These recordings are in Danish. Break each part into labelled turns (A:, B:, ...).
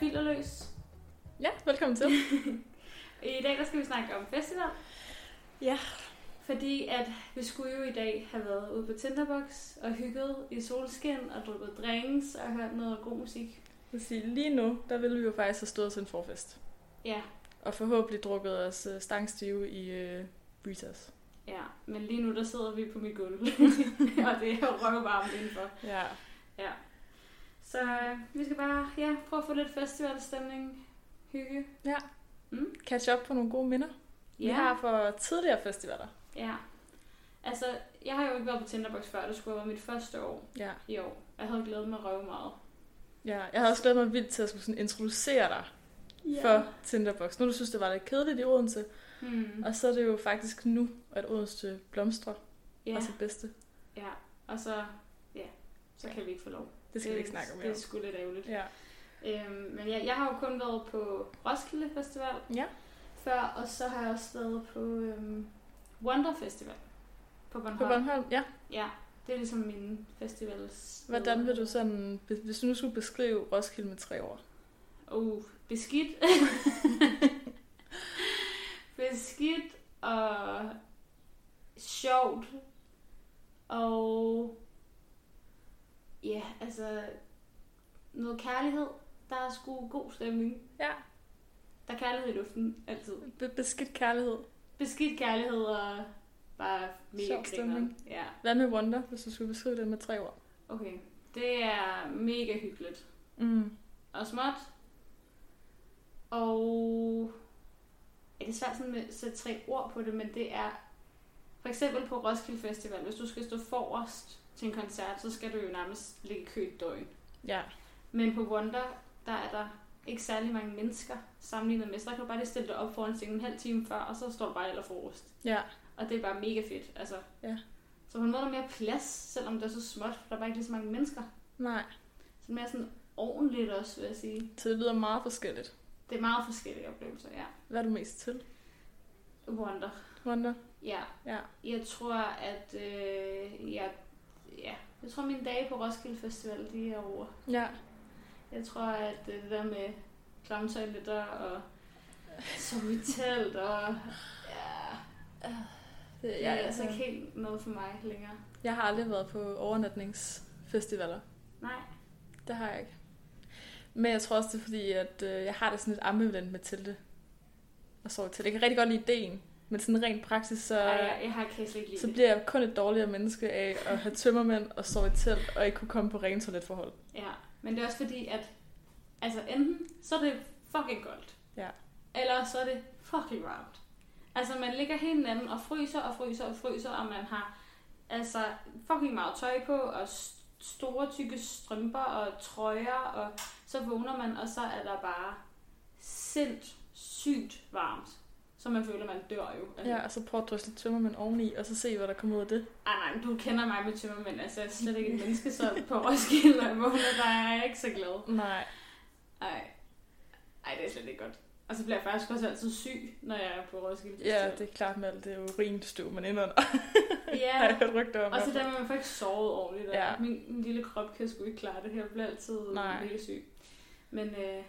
A: Filterløs.
B: Ja, velkommen til.
A: I dag der skal vi snakke om festival.
B: Ja.
A: Fordi at vi skulle jo i dag have været ude på Tinderbox og hygget i solskin og drukket drinks og hørt noget god musik.
B: Jeg vil sige, lige nu, der ville vi jo faktisk have stået til en forfest.
A: Ja,
B: Og forhåbentlig drukket os øh, stangstive i øh, Breezers.
A: ja. Men lige nu der sidder vi på mit gulv. og det er røvvarmt indenfor.
B: Ja.
A: Ja. Så øh, vi skal bare ja, prøve at få lidt festivalstemning. Hygge.
B: Ja.
A: Mm.
B: Catch up på nogle gode minder. Vi har for tidligere festivaler.
A: Ja. Altså, jeg har jo ikke været på Tinderbox før. Det skulle have været mit første år
B: Ja.
A: i år. Jeg havde glædet mig røv meget.
B: ja. Jeg havde også glædet mig vildt til at skulle sådan introducere dig yeah. for Tinderbox. Nu du synes, det var lidt kedeligt i Odense.
A: Hmm.
B: Og så er det jo faktisk nu, at Odense blomstrer
A: Ja,
B: og sit bedste.
A: ja. Og så, ja, så kan vi ikke få lov.
B: Det skal vi ikke snakke om
A: Det
B: mere.
A: er sgu lidt ærgerligt.
B: Ja.
A: Øhm, men jeg, jeg har jo kun været på Roskilde Festival
B: Ja.
A: før, og så har jeg også været på øhm, Wonder Festival på Bornholm.
B: På Bornholm, ja.
A: Ja, det er ligesom mine festivals.
B: Hvordan vil du sådan, hvis du nu skulle beskrive Roskilde med tre ord?
A: Uh, beskidt. beskidt og sjovt. Og ja, altså noget kærlighed. Der er sgu god stemning.
B: Ja,
A: Der er kærlighed i luften, altid.
B: Be- beskidt kærlighed.
A: Beskidt kærlighed og bare mega
B: Sjov
A: grineren.
B: stemning.
A: Ja,
B: Hvad med Wonder, hvis du skulle beskrive det med tre ord?
A: okay. Det er mega hyggeligt.
B: Mm.
A: og småt. Og ja, det er svært sådan med at sætte tre ord på det, men det er for eksempel på Roskilde Festival, hvis du skal stå forrest til en koncert, så skal du jo nærmest ligge i kø et døgn.
B: Ja,
A: Men på Wonder, der er der ikke særlig mange mennesker sammenlignet med, så der kan du bare lige stille dig op foran sengen en halv time før, og så står du bare eller forrest.
B: ja,
A: Og det er bare mega fedt, altså.
B: Ja.
A: Så på en måde er der mere plads, selvom det er så småt, for der er bare ikke lige så mange mennesker.
B: nej.
A: Så det er mere sådan ordentligt også, vil jeg sige.
B: Så det lyder meget forskelligt.
A: Det er meget forskellige oplevelser, ja.
B: Hvad er du mest til,
A: Wonder.
B: Wonder?
A: Ja.
B: Ja.
A: Jeg tror, at øh, jeg, ja. jeg tror, mine dage på Roskilde Festival, de er over.
B: Ja,
A: Jeg tror, at øh, det der med klamtoiletter og sove i telt og... Ja,
B: det,
A: det er altså ikke helt noget for mig længere.
B: jeg har aldrig været på overnatningsfestivaler.
A: Nej.
B: Det har jeg ikke. Men jeg tror også, det er fordi, at øh, jeg har det sådan lidt ambivalent med Tilde. Og så til. Jeg kan rigtig godt lide ideen, men sådan rent praksis, så,
A: Ej, jeg, jeg har kan slet ikke
B: så
A: lide det.
B: bliver jeg kun et dårligere menneske af at have tømmermænd og sove i telt og ikke kunne komme på rene toiletforhold.
A: Ja. Men det er også fordi, at altså enten så er det fucking koldt.
B: Ja.
A: Eller så er det fucking varmt. Altså man ligger hinanden og fryser og fryser og fryser, og man har altså fucking meget tøj på, og st- store tykke strømper og trøjer, og så vågner man, og så er der bare sindssygt varmt. Så man føler, man dør jo. Altså,
B: Ja, og så prøv at drysse lidt tømmermænd oveni, og så se, hvad der kommer ud af det.
A: Ej, nej, men du kender mig med tømmermænd. Altså, jeg er slet ikke et menneske, så på Roskilde og vågner, der er jeg ikke så glad.
B: Nej.
A: Ej. Ej, det er slet ikke godt. Og så bliver jeg faktisk også altid syg, når jeg er på Roskilde
B: Ja,
A: Festival.
B: det er klart med alt det urinstøv, man ender under. har jeg
A: ja.
B: hørt rygter om.
A: Og så der med, at man får ikke sovet ordentligt. Og ja.
B: Ja.
A: min, min, lille krop kan sgu ikke klare det her. Jeg bliver altid
B: Nej.
A: mega syg. Men øh, jeg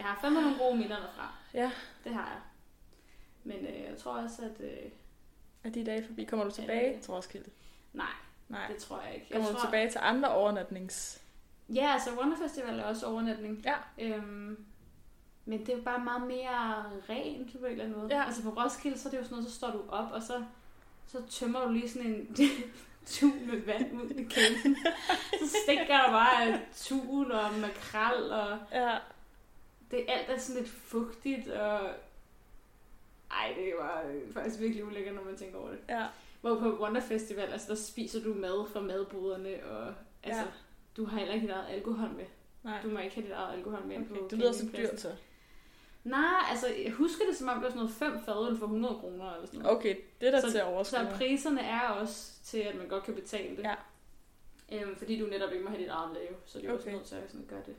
A: har fandme nogle gode minder derfra.
B: Ja.
A: Det har jeg. Men øh, jeg tror også, at... Øh,
B: Er de dage forbi? Kommer du
A: Ja,
B: tilbage
A: det-
B: til Roskilde?
A: nej,
B: Nej.
A: det tror jeg ikke. Jeg
B: Kommer
A: tror,
B: du tilbage til andre overnatnings...
A: Ja, altså Wonder Festival er også overnatning.
B: Ja.
A: Øhm, men det er jo bare meget mere rent på en eller anden måde.
B: Ja.
A: Altså på Roskilde, så er det jo sådan noget, så står du op, og så, så tømmer du lige sådan en tun med vand ud i kæden. så stikker der bare tun og makrel, og
B: Ja.
A: det alt er sådan lidt fugtigt, og ej, det var øh, faktisk virkelig ulækkert, når man tænker over det.
B: Ja.
A: Hvor på Wonder Festival, altså der spiser du mad fra madboderne, og altså, ja.
B: Ja.
A: du har heller ikke dit eget alkohol med.
B: Nej.
A: Du må ikke have dit eget alkohol med ind på
B: Okay. Det lyder så
A: campingpladsen.
B: dyrt, så.
A: Nej, altså jeg husker det som om, det var sådan noget fem fadøl for 100 kroner eller sådan noget.
B: Okay, det er da
A: Så-
B: til at
A: Så
B: overskue.
A: priserne er også til, at man godt kan betale det.
B: Ja.
A: Øhm, fordi du netop ikke må have dit eget lave, så det er okay. også
B: Okay.
A: nødt til at sådan gøre det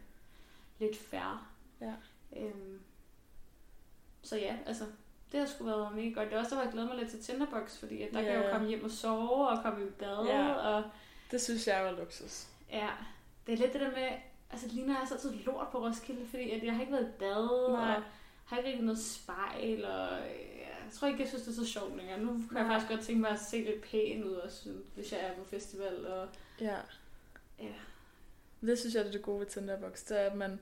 A: lidt færre.
B: Ja.
A: Øhm, så ja, altså det har sgu været mega godt. Det er også, derfor, jeg glæder mig lidt til Tinderbox, fordi at der yeah. kan jeg jo
B: Ja.
A: komme hjem og sove og komme i bad.
B: Ja.
A: Og,
B: Det synes jeg var luksus.
A: ja, det er lidt det der med, Altså, det ligner også altid lort på Roskilde, fordi at jeg har ikke været i bad,
B: Nej.
A: og har ikke rigtig noget spejl, og jeg tror ikke, jeg synes, det er så sjovt længere. Nu kan jeg
B: Nej.
A: faktisk godt tænke mig at se lidt pæn ud, også, hvis jeg er på festival. Og...
B: Ja.
A: Ja.
B: Det synes jeg, det er det gode ved Tinderbox, det er, at man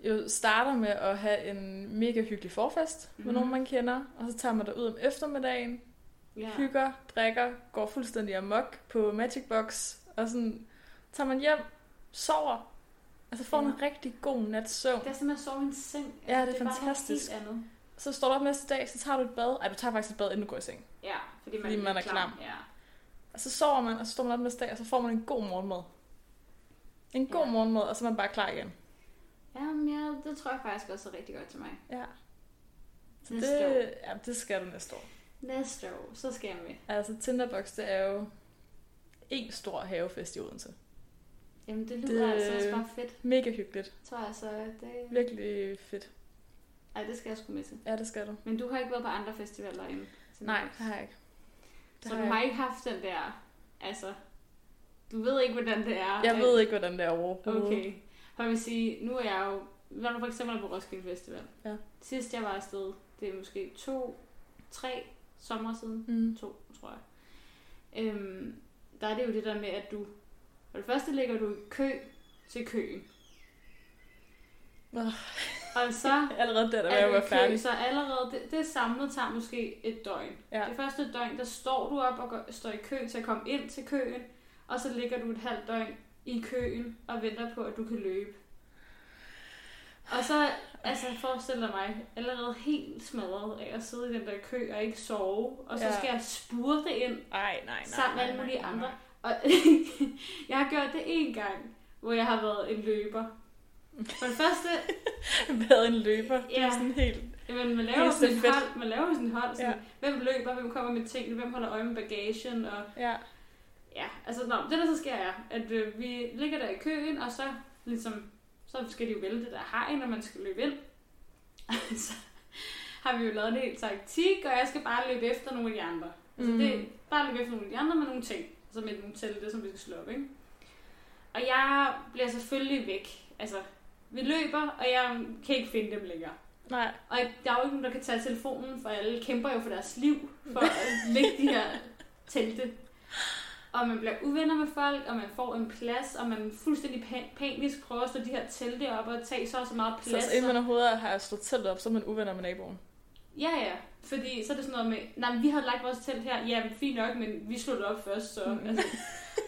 B: jo starter med at have en mega hyggelig forfest mm. med
A: Mhm.
B: nogen, man kender, og så tager man derud om eftermiddagen,
A: Ja.
B: hygger, drikker, går fuldstændig amok på Magic Box, og sådan tager man hjem, sover, altså får
A: Ja.
B: ja. en rigtig god nats søvn.
A: Det er som at sove i en seng. Altså,
B: Ja, det er
A: bare noget
B: fantastisk.
A: helt andet.
B: Så står du op næste dag, så tager du et bad. Ej, du tager faktisk et bad, inden du går i seng.
A: Ja, fordi man,
B: Fordi man er klam.
A: Ja.
B: Og så sover man, og så står man op næste dag, og så får man en god morgenmad. En god
A: Ja.
B: ja. morgenmad, og så er man bare klar igen.
A: Jamen, ja, det tror jeg faktisk også er rigtig godt til mig.
B: Ja. Så det,
A: Næste år.
B: ja, det skal du næste år.
A: Næste år, så skal jeg med.
B: Altså, Tinderbox, det er jo en stor havefest i Odense.
A: Jamen, det lyder det...
B: Det-
A: altså også bare fedt,
B: Mega hyggeligt.
A: tror jeg. Så det...
B: Virkelig fedt.
A: Ej, det skal jeg sgu med til.
B: Ja, det skal du.
A: Men du har ikke været på andre festivaler end til
B: Nej,
A: Midtjylland.
B: det har jeg ikke. Det
A: Så
B: har
A: du
B: jeg
A: har ikke haft den der, altså, du ved ikke, hvordan det er.
B: Jeg ved ikke, hvordan det er overhovedet.
A: Okay. For jeg vil sige, nu er jeg jo, når du for eksempel er på Roskilde Festival.
B: Ja.
A: Sidst jeg var afsted, det er måske to, tre sommer siden.
B: Mm.
A: To, tror jeg. Øhm, der er det jo det der med, at du, for det første ligger du i kø til køen.
B: Åh.
A: Og så
B: Allerede der, der var
A: er
B: jeg
A: du i
B: var
A: kø,
B: færdig.
A: så allerede det, det samlet tager måske et døgn.
B: Ja.
A: Det første døgn, der står du op og går, står i kø til at komme ind til køen, og så ligger du et halvt døgn i køen og venter på, at du kan løbe. Og så, altså forestil dig mig, allerede helt smadret af at sidde i den der kø og ikke sove, og så
B: Ja.
A: skal jeg spurte ind
B: Ej, nej, nej.
A: sammen med
B: nej,
A: alle
B: nej,
A: mulige
B: nej,
A: andre.
B: nej.
A: Og jeg har gjort det en gang, hvor jeg har været en løber. For det første,
B: Været en løber. Det
A: Ja.
B: er sådan helt...
A: Jamen, man laver
B: Helt
A: sådan et
B: fedt.
A: hold, man laver sådan et hold, sådan, hvem løber, hvem kommer med tingene, hvem holder øje med bagagen, og
B: Ja.
A: ja, altså nå, det der så sker er, at øh, vi ligger der i køen, og så ligesom, så skal de jo vælge det der hegn, når man skal løbe ind. så har vi jo lavet en hel taktik, og jeg skal bare løbe efter nogle af de andre. Altså
B: Mm.
A: det, bare løbe efter nogle af de andre med nogle ting, altså med nogle telte, som vi skal slå op, ikke? Og jeg bliver selvfølgelig væk, altså vi løber, og jeg kan ikke finde dem længere.
B: Nej.
A: Og der er jo ikke nogen, der kan tage telefonen, for alle kæmper jo for deres liv, for at lægge de her telte. Og man bliver uvenner med folk, og man får en plads, og man fuldstændig pa- panisk prøver at slå de her telte op og tage så og så meget
B: Så, altså,
A: plads.
B: så inden man overhovedet har slået teltet op, så er man uvenner med naboen.
A: Ja, ja. Fordi så er det sådan noget med, nej, men vi havde lagt vores telt her, ja, men fint nok, men vi slog det op først, så...
B: Mm.
A: Altså,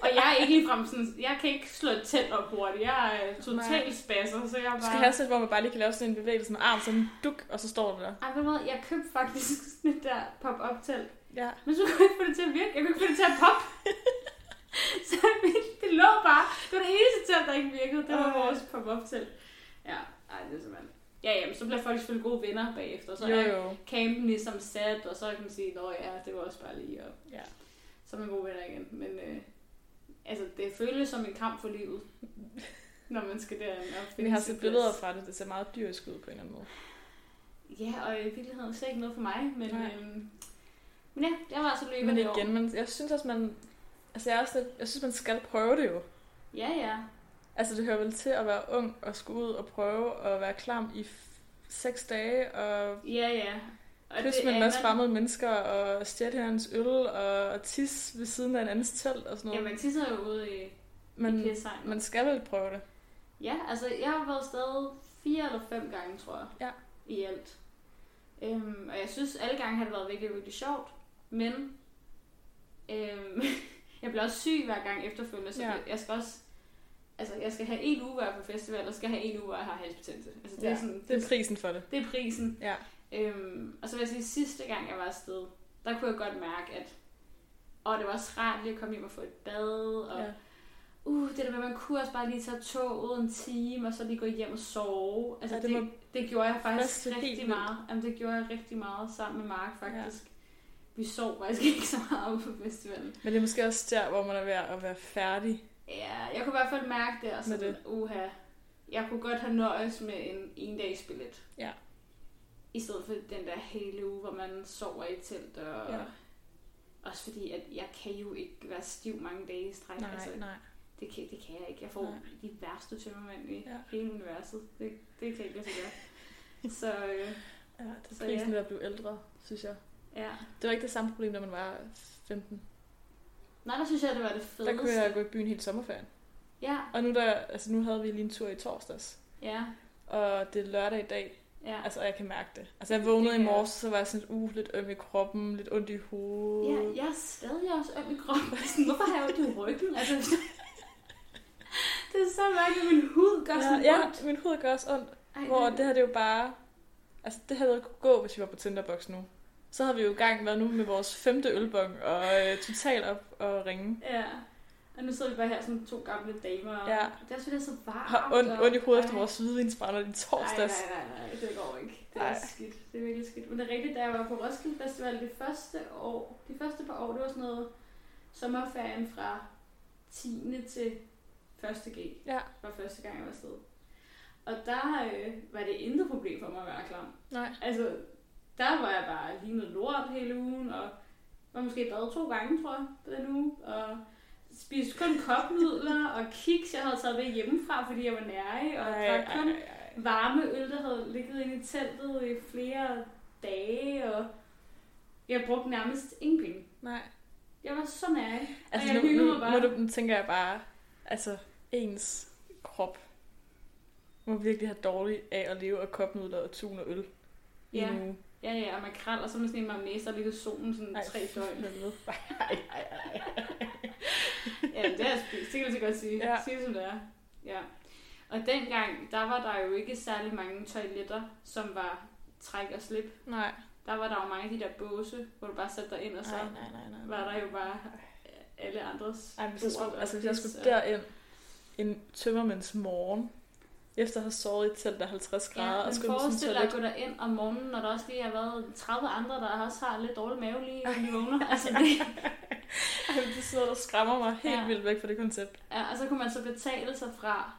A: og jeg er ikke ligefrem sådan, jeg kan ikke slå et telt op hurtigt, jeg er øh,
B: Nej.
A: totalt spasser, så jeg bare...
B: Du skal have sådan et, hvor man bare lige kan lave sådan en bevægelse med arm, sådan en duk, og så står du der.
A: Ej, ved du hvad, jeg købte faktisk sådan et der pop-up telt,
B: Ja.
A: Men så kunne jeg ikke få det til at virke. Jeg kunne ikke få det til at poppe. så mit- det lå bare. Det var det eneste telt, der ikke virkede. Det var
B: Ej.
A: vores pop-up telt. Ja, ej, det er simpelthen... Ja, jamen, så bliver folk selvfølgelig gode venner bagefter. Så
B: Jo,
A: er
B: jo.
A: campen ligesom sat, og så kan man sige, nå ja, det var også bare lige op.
B: Ja.
A: Så er man gode venner igen. Men øh, altså, det føles som en kamp for livet, når man skal derind og finde
B: Vi har
A: sin plads.
B: set billeder fra det, det ser meget dyrisk ud på en eller anden måde.
A: Ja, og i virkeligheden slet ikke noget for mig, men...
B: Nej.
A: øhm, men ja, jeg var altså løbende
B: Men
A: i år.
B: igen, man, jeg synes også, man... Altså, jeg, er også lidt, jeg synes, man skal prøve det jo.
A: Ja, ja.
B: Altså, det hører vel til at være ung og skulle ud og prøve at være klam i f- seks dage og
A: Ja, ja.
B: kysse med en masse fremmede mennesker og stjæle hinandens øl og, og tisse ved siden af en andens telt og sådan
A: Ja,
B: noget.
A: man tisser jo ude i, i
B: men
A: pissegn.
B: man skal vel prøve det.
A: Ja, altså jeg har været afsted fire eller fem gange, tror jeg.
B: Ja.
A: I alt. Øhm, og jeg synes, alle gange har det været virkelig, virkelig sjovt. Men øhm, jeg bliver også syg hver gang efterfølgende, så
B: Ja.
A: ja. jeg skal også... Altså, jeg skal have en uge, hvor jeg er på festival, og skal have en uge, hvor jeg har halsbetændelse. Altså, det, ja, er
B: Ja,
A: sådan,
B: Det er prisen for det.
A: det er prisen.
B: Ja.
A: Øhm, og så vil jeg sige, sidste gang jeg var afsted, der kunne jeg godt mærke, at og det var også rart lige at komme hjem og få et bad, og ja.
B: Ja.
A: uh, det der med, at man kunne også bare lige tage toget en time, og så lige gå hjem og sove. Altså, ja,
B: Ja,
A: det,
B: det
A: det, det gjorde jeg faktisk
B: friske helt
A: rigtig
B: vildt.
A: meget. Jamen, det gjorde jeg rigtig meget sammen med Mark, faktisk. Ja. Vi sov faktisk ikke så meget ude på festivalen.
B: Men det er måske også der, hvor man er ved at være færdig.
A: Ja, jeg kunne i hvert fald mærke det, og
B: Med
A: sådan, uha, jeg kunne godt have nøjes med en endagsbillet.
B: Ja.
A: I stedet for den der hele uge, hvor man sover i et telt, og ja.
B: Ja.
A: også fordi, at jeg kan jo ikke være stiv mange dage i træk.
B: Nej, nej.
A: Det kan, det kan jeg ikke. Jeg får
B: Nej.
A: Nej. de værste tømmermænd i
B: Ja.
A: ja. hele universet. Det, det kan ikke lade sig gøre. så øh,
B: Ja, det er
A: Så
B: prisen
A: ja.
B: ved at blive ældre, synes jeg.
A: ja.
B: Det var ikke det samme problem, da man var 15.
A: Nej, der synes jeg, det var det fedeste.
B: Der kunne jeg gå i byen hele sommerferien.
A: Ja,
B: Og nu, der, altså, nu havde vi lige en tur i torsdags.
A: ja,
B: Og det er lørdag i dag,
A: ja.
B: altså og jeg kan mærke det. Altså jeg
A: Det
B: vågnede i
A: kan jeg
B: morges, så var jeg sådan, uh, lidt øm i kroppen, lidt ondt i hovedet.
A: Ja, jeg er stadig også øm i kroppen. Sådan, Hvorfor har jeg ondt i ryggen? Altså, det er så mærkeligt, at min hud gør sådan
B: ja,
A: ondt.
B: ja, min hud gør også ondt.
A: Ej,
B: Hvor det her det er jo bare... Altså, det havde jo ikke kunne gå, hvis vi var på Tinderbox nu. Så havde vi jo i gang været nu med vores femte ølbong og øh, totalt op og ringe.
A: Ja. Og nu sidder vi bare her som to gamle damer. og
B: Ja.
A: Det er selvfølgelig så varmt.
B: Har ondt,
A: og-
B: ondt i hovedet efter
A: Ej.
B: vores hvidvinsbrænder i torsdags.
A: Nej, nej, nej, nej, det går ikke. Det er
B: Nej.
A: skidt. Det er virkelig skidt. Men det er rigtigt, da jeg var på Roskilde Festival det første år, de første par år, det var sådan noget sommerferien fra 10. til 1. G.
B: Ja.
A: var første gang, jeg var afsted. Og der øh, var det intet problem for mig at være klam.
B: Nej.
A: Altså, der var jeg bare lige noget lort hele ugen, og var måske badet to gange, tror jeg, på den uge, og spiste kun kopnudler og kiks, jeg havde taget med hjemmefra, fordi jeg var nærig, og
B: Ej,
A: drak kun
B: ej, ej, ej.
A: varme øl, der havde ligget inde i teltet i flere dage, og jeg brugte nærmest ingen penge.
B: Nej.
A: Jeg var så nærig.
B: Altså,
A: jeg
B: nu,
A: hyggede
B: nu,
A: mig bare.
B: nu, nu, nu, tænker jeg bare, altså, ens krop må virkelig have dårligt af at leve af kopnudler og tun og øl i
A: Ja.
B: en uge.
A: Ja, ja, og makrel, og så med sådan en marmæs, der ligger i solen sådan
B: Ej,
A: Ej. tre
B: fy
A: døgn.
B: helvede. Ej, ej, ej, ej.
A: Ja, det har jeg spist. Det kan jeg så godt sige.
B: Ja.
A: Ja. Sige det, som det er. Ja. Og dengang, der var der jo ikke særlig mange toiletter, som var træk og slip.
B: Nej.
A: Der var der jo mange af de der båse, hvor du bare satte dig ind, og så
B: nej, nej, nej, nej.
A: var der jo bare alle andres
B: Ej, hvis jeg
A: bord
B: skulle,
A: og
B: altså, hvis jeg
A: pis
B: skulle
A: og-
B: derind en tømmermænds morgen, efter at have sovet i et telt, der er 50 grader,
A: Ja,
B: og
A: men
B: skulle på
A: forestil
B: sådan
A: dig at
B: toilet.
A: gå derind om morgenen, når der også lige har været 30 andre, der også har lidt dårlig mave lige, når de vågner. Altså det,
B: Ej, det sidder og skræmmer mig helt
A: Ja.
B: vildt væk fra det koncept.
A: ja, og så kunne man så betale sig fra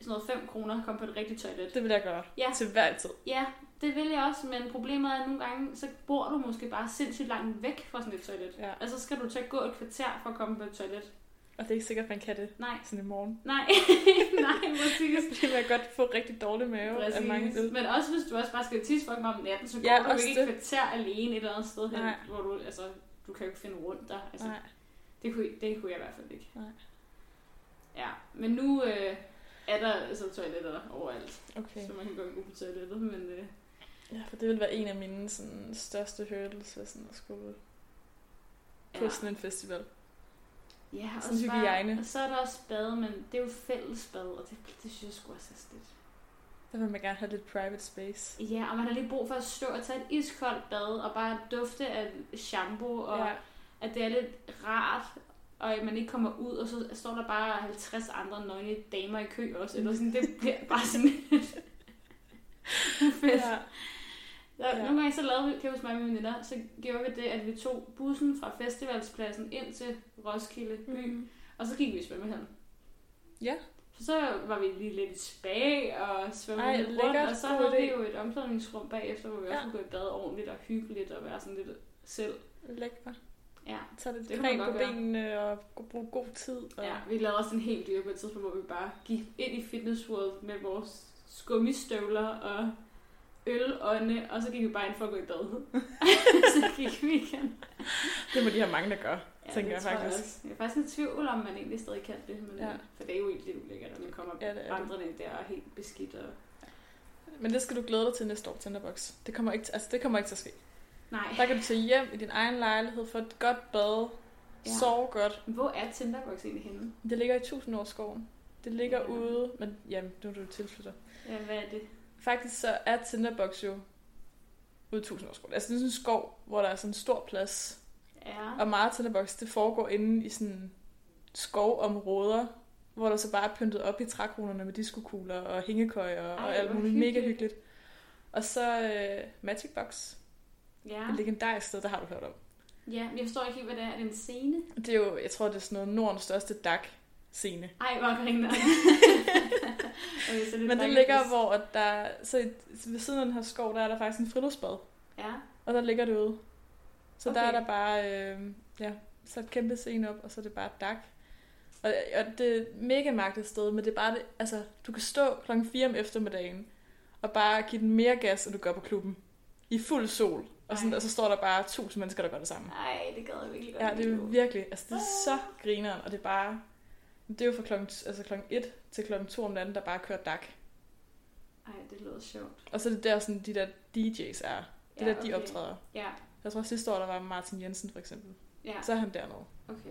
A: sådan noget 5 kroner og komme på et rigtigt toilet.
B: Det vil jeg gøre.
A: Ja.
B: Til hver tid.
A: Ja, det vil jeg også, men problemet er, at nogle gange, så bor du måske bare sindssygt langt væk fra sådan et toilet.
B: Ja.
A: Og så skal du til at gå et kvarter for at komme på et toilet.
B: Og det er ikke sikkert, man kan det
A: Nej,
B: sådan i morgen.
A: nej, nej, præcis.
B: Fordi man godt få rigtig dårlig mave af mange øl.
A: Præcis. Men også hvis du også bare skal tisse folk om natten, så går
B: Ja,
A: ja, du
B: også
A: ikke et
B: det.
A: kvarter alene et eller andet sted hen,
B: Nej.
A: hvor du, altså, du kan jo ikke finde rundt der. Altså,
B: Nej.
A: Det kunne, det kunne jeg i hvert fald ikke.
B: Nej.
A: Ja, men nu øh, er der så toiletter overalt,
B: Okay.
A: okay. så man kan godt gå på toilettet, men øh,
B: Ja, for det ville være en af mine sådan, største hurdles, hvis sådan at skulle på
A: ja.
B: sådan en festival.
A: ja, og
B: Sådan
A: så,
B: hygiejne.
A: og så er der også bad, men det er jo fælles bad, og det, det synes jeg sgu også er lidt.
B: Der vil man gerne have lidt private space.
A: Ja, og man har lige brug for at stå og tage et iskoldt bad, og bare dufte af shampoo, og ja. at det er lidt rart, og at man ikke kommer ud, og så står der bare 50 andre nøgne damer i kø også, eller sådan, det bliver bare sådan lidt fedt.
B: ja.
A: Der,
B: Ja.
A: ja. Nogle gange så lavede vi, kan jeg huske mig og mine veninder, så gjorde vi det, at vi tog bussen fra festivalspladsen ind til Roskilde by, mm.
B: Mm.
A: og så gik vi i svømmehallen.
B: Ja.
A: Så, så var vi lige lidt i spa og svømmede
B: Ej,
A: Ej, rundt,
B: lækkert.
A: og så
B: God
A: havde vi
B: idé.
A: jo et omklædningsrum bagefter, hvor vi
B: Ja.
A: også kunne gå i bad ordentligt og hyggeligt og være sådan lidt selv.
B: Lækker.
A: Ja.
B: Så det,
A: Det
B: det
A: kunne man
B: på
A: godt gøre.
B: benene og gå- bruge god tid. Og...
A: Ja, vi lavede også en helt dyr på et tidspunkt, hvor vi bare gik ind i Fitness World med vores gummistøvler og ølånde, og så gik vi bare ind for at gå i bad. så gik vi igen.
B: Det må de have mange, der gør.
A: Ja,
B: Tænker
A: det
B: jeg
A: tror
B: faktisk.
A: også. Jeg er faktisk i tvivl om, man egentlig stadig kan det, men
B: Ja.
A: ja. for det er jo egentlig lidt ulækkert, at man kommer
B: Ja, det er det.
A: ja, vandrende ind der og er helt beskidt. Og...
B: Men det skal du glæde dig til næste år, Tinderbox. Det kommer ikke, til- altså, det kommer ikke til at ske.
A: Nej,
B: Der kan du tage hjem i din egen lejlighed, få et godt bad, ja.
A: Ja.
B: sove godt.
A: hvor er Tinderbox egentlig henne?
B: Det ligger i Tusindårsskoven. Det ligger ja.
A: Ja.
B: ude, men jamen, nu er du tilflytter.
A: Ja, hvad er det?
B: Faktisk så er Tinderbox jo ude i Tusindårsskoven. Altså det er sådan en skov, hvor der er sådan en stor plads,
A: Ja.
B: Og meget af Tinderbox, det foregår inde i sådan skovområder, hvor der så bare er pyntet op i trækronerne med diskokugler og hængekøjer og
A: Ej,
B: alt
A: hvor
B: muligt. Mega
A: hyggeligt.
B: hyggeligt. Og så øh, Magic Box,
A: Ja.
B: et legendarisk sted, der har du hørt om.
A: ja, men jeg forstår ikke helt, hvad det er. Er det en scene?
B: Det er jo, jeg tror, det er sådan noget Nordens største dag-scene.
A: Ej, hvor griner. okay, så er
B: Men det
A: faktisk-
B: ligger, hvor at der, så i- så ved siden af den her skov, der er der faktisk en friluftsbad,
A: Ja.
B: og der ligger det ude. Så okay. der er
A: Okay.
B: der bare, øh, ja, så et kæmpe scene op, og så er det bare dak. Og, og det er mega mærkeligt sted, men det er bare det, altså, du kan stå klokken 4 om eftermiddagen, og bare give den mere gas, end du gør på klubben. I fuld sol. Og, sådan,
A: Ej.
B: og så står der bare tusind mennesker, der gør det samme.
A: Nej, det gad jeg virkelig godt.
B: Ja, det er
A: lige nu.
B: virkelig, altså det er så grineren, og det er bare, det er jo fra klokken, altså klokken 1 til klokken 2 om natten, der bare kører dak.
A: Ej, det lyder sjovt.
B: Og så er det der, sådan, de der DJ's er, det ja, der, de optræder.
A: Ja,
B: Jeg tror sidste år, der var Martin Jensen for eksempel.
A: ja,
B: Så er han dernede.
A: okay.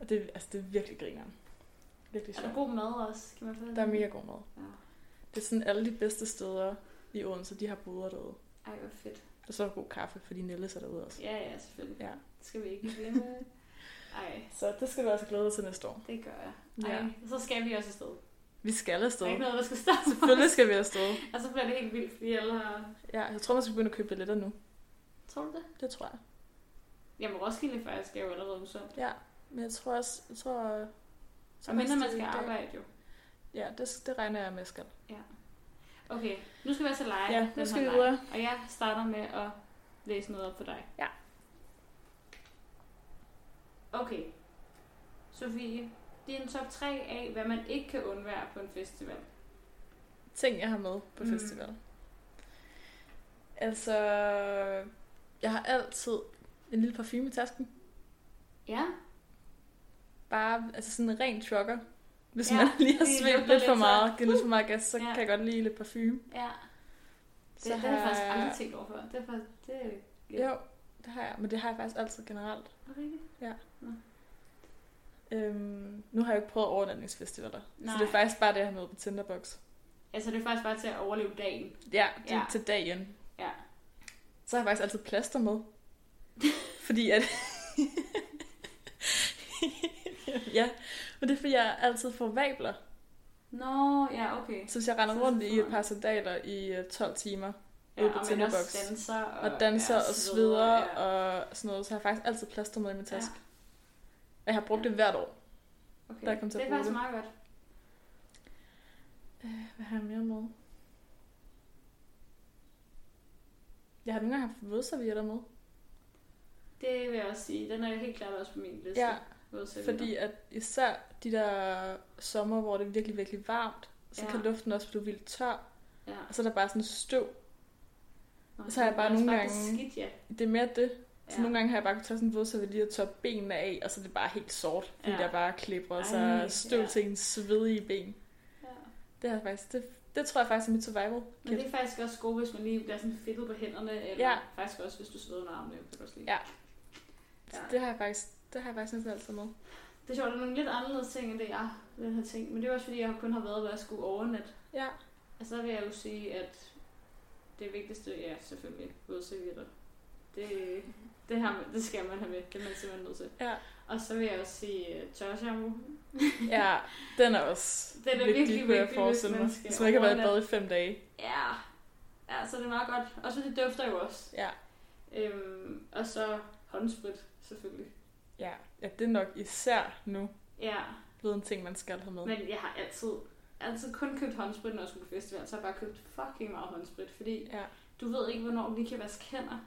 B: Og det, er- altså, det er virkelig grineren. Virkelig
A: Er der
B: sjovt.
A: god mad også? Kan man få det?
B: Der er mega god mad.
A: Ja.
B: Det er sådan alle de bedste steder i Odense, de har boder derude.
A: Ej, hvor fedt.
B: Og så er der god kaffe, fordi Nelles er derude også.
A: Ja, ja, selvfølgelig.
B: Ja.
A: Det skal vi ikke glemme. Ej,
B: Så det skal du altså glæde dig til næste år.
A: det gør jeg. Ej,
B: Ja.
A: så skal vi også afsted.
B: Vi skal
A: Der er ikke
B: afsted.
A: noget, der skal starte for os.
B: Selvfølgelig skal vi afsted.
A: Og så bliver det helt vildt, fordi alle har...
B: Ja, jeg tror, man skal begynde at købe billetter nu.
A: Tror du det?
B: Det tror jeg.
A: Jamen, Roskilde faktisk er jo allerede usundt.
B: Ja, men jeg tror også, jeg tror... jeg tror
A: Og mindre
B: også,
A: man
B: det
A: skal
B: er i dag.
A: arbejde jo.
B: Ja, det, det regner jeg med, jeg skal.
A: Okay, nu skal vi altså lege.
B: Ja,
A: den
B: nu
A: her
B: skal vi
A: leg.
B: videre.
A: Og jeg starter med at læse noget op for dig.
B: Ja.
A: Okay. Sofie, din top 3 af, hvad man ikke kan undvære på en festival.
B: Ting, jeg har med på
A: Mm.
B: mm. festival. Altså, jeg har altid en lille parfume i tasken.
A: Ja.
B: Bare, altså sådan en ren trucker. Hvis
A: Ja,
B: ja, man lige har
A: lige
B: svedt
A: lugter
B: lidt for
A: lidt, så-
B: meget, givet lidt for meget gas, så
A: Ja.
B: ja. kan jeg godt lide lidt parfume.
A: Ja. Det,
B: Så
A: det har jeg faktisk aldrig tænkt over før. Det er faktisk... Det er
B: Jo, det har jeg, men det har jeg faktisk altid generelt.
A: er det rigtigt.
B: Øhm, nu har jeg jo ikke prøvet overnatningsfestivaler,
A: Nej.
B: så det er faktisk bare det, jeg har med på Tinderbox.
A: Altså, det er faktisk bare til at overleve dagen.
B: Ja, til,
A: Ja.
B: ja. til dagen.
A: Ja.
B: Så har jeg faktisk altid plaster med. fordi at... ja, men det er fordi, jeg altid får vabler.
A: Nå, ja, Ah, okay.
B: Så hvis jeg render
A: Så
B: rundt
A: får
B: i et
A: man-
B: par sandaler i øh, 12 timer,
A: Ja,
B: Ude på
A: og man
B: Tinderbox.
A: også danser og,
B: og danser
A: ja,
B: og sveder
A: ja.
B: og sådan noget, så har jeg faktisk altid plaster med i min
A: Ja.
B: taske. Og jeg har brugt det hvert år.
A: okay.
B: der kom til
A: det
B: at
A: er faktisk
B: bruge det.
A: meget godt.
B: Øh, Hvad har jeg mere med? Jeg har nogle gange haft vådservietter med.
A: Det vil jeg også sige. Den er helt klart også på min liste.
B: Ja,
A: Vådservietter.
B: Fordi at især de der sommer, hvor det er virkelig, virkelig varmt, så
A: Ja.
B: ja. kan luften også blive vildt tør,
A: Ja.
B: og så er der bare sådan støv.
A: Nå,
B: Så har jeg bare
A: det er
B: nogle
A: faktisk
B: gange-
A: Skidt, ja.
B: Det er mere det. Så
A: ja.
B: nogle gange har jeg bare kunnet tage sådan en våd, så vil lige at toppe benene af, og så er det bare helt sort, fordi
A: Ja.
B: ja. der bare klipper
A: Ej,
B: sig støv
A: ja.
B: ja. til en svedige ben.
A: ja.
B: Det, har jeg faktisk, det, det tror jeg faktisk er mit survival.
A: Men
B: kit.
A: det er faktisk også godt, hvis man lige bliver sådan fedtet på hænderne, eller
B: Ja.
A: faktisk også, hvis du sveder under armene. Det, også lige.
B: Ja.
A: ja.
B: Så det har jeg faktisk, det har jeg faktisk næsten altid med.
A: det er sjovt, det er nogle lidt anderledes ting, end det jeg ville have tænkt. Men det er også, fordi jeg kun har været, hvor jeg skulle overnatte.
B: Ja.
A: Altså, der vil jeg jo sige, at det vigtigste, ja, selvfølgelig, vådservietter. Det, det, har man, det skal man have med. Det er man simpelthen nødt til.
B: Ja.
A: Og så vil jeg også sige uh, tørshampoo.
B: ja, den er også
A: Den er virkelig
B: kunne jeg
A: vigtig, hvis
B: forestille
A: man
B: mig.
A: skal
B: Hvis man ikke har været i bad
A: overnatte.
B: i fem dage.
A: Ja. Ja, så det er meget godt. Og så det dufter jo også.
B: Ja.
A: Øhm, og så håndsprit, selvfølgelig.
B: Ja. ja, det er nok især nu
A: Ja,
B: blevet en ting, man skal have med.
A: men jeg har altid, altid kun købt håndsprit, når jeg skulle på festival. Så har jeg bare købt fucking meget håndsprit, fordi
B: Ja.
A: du ved ikke, hvornår du lige kan vaske hænder.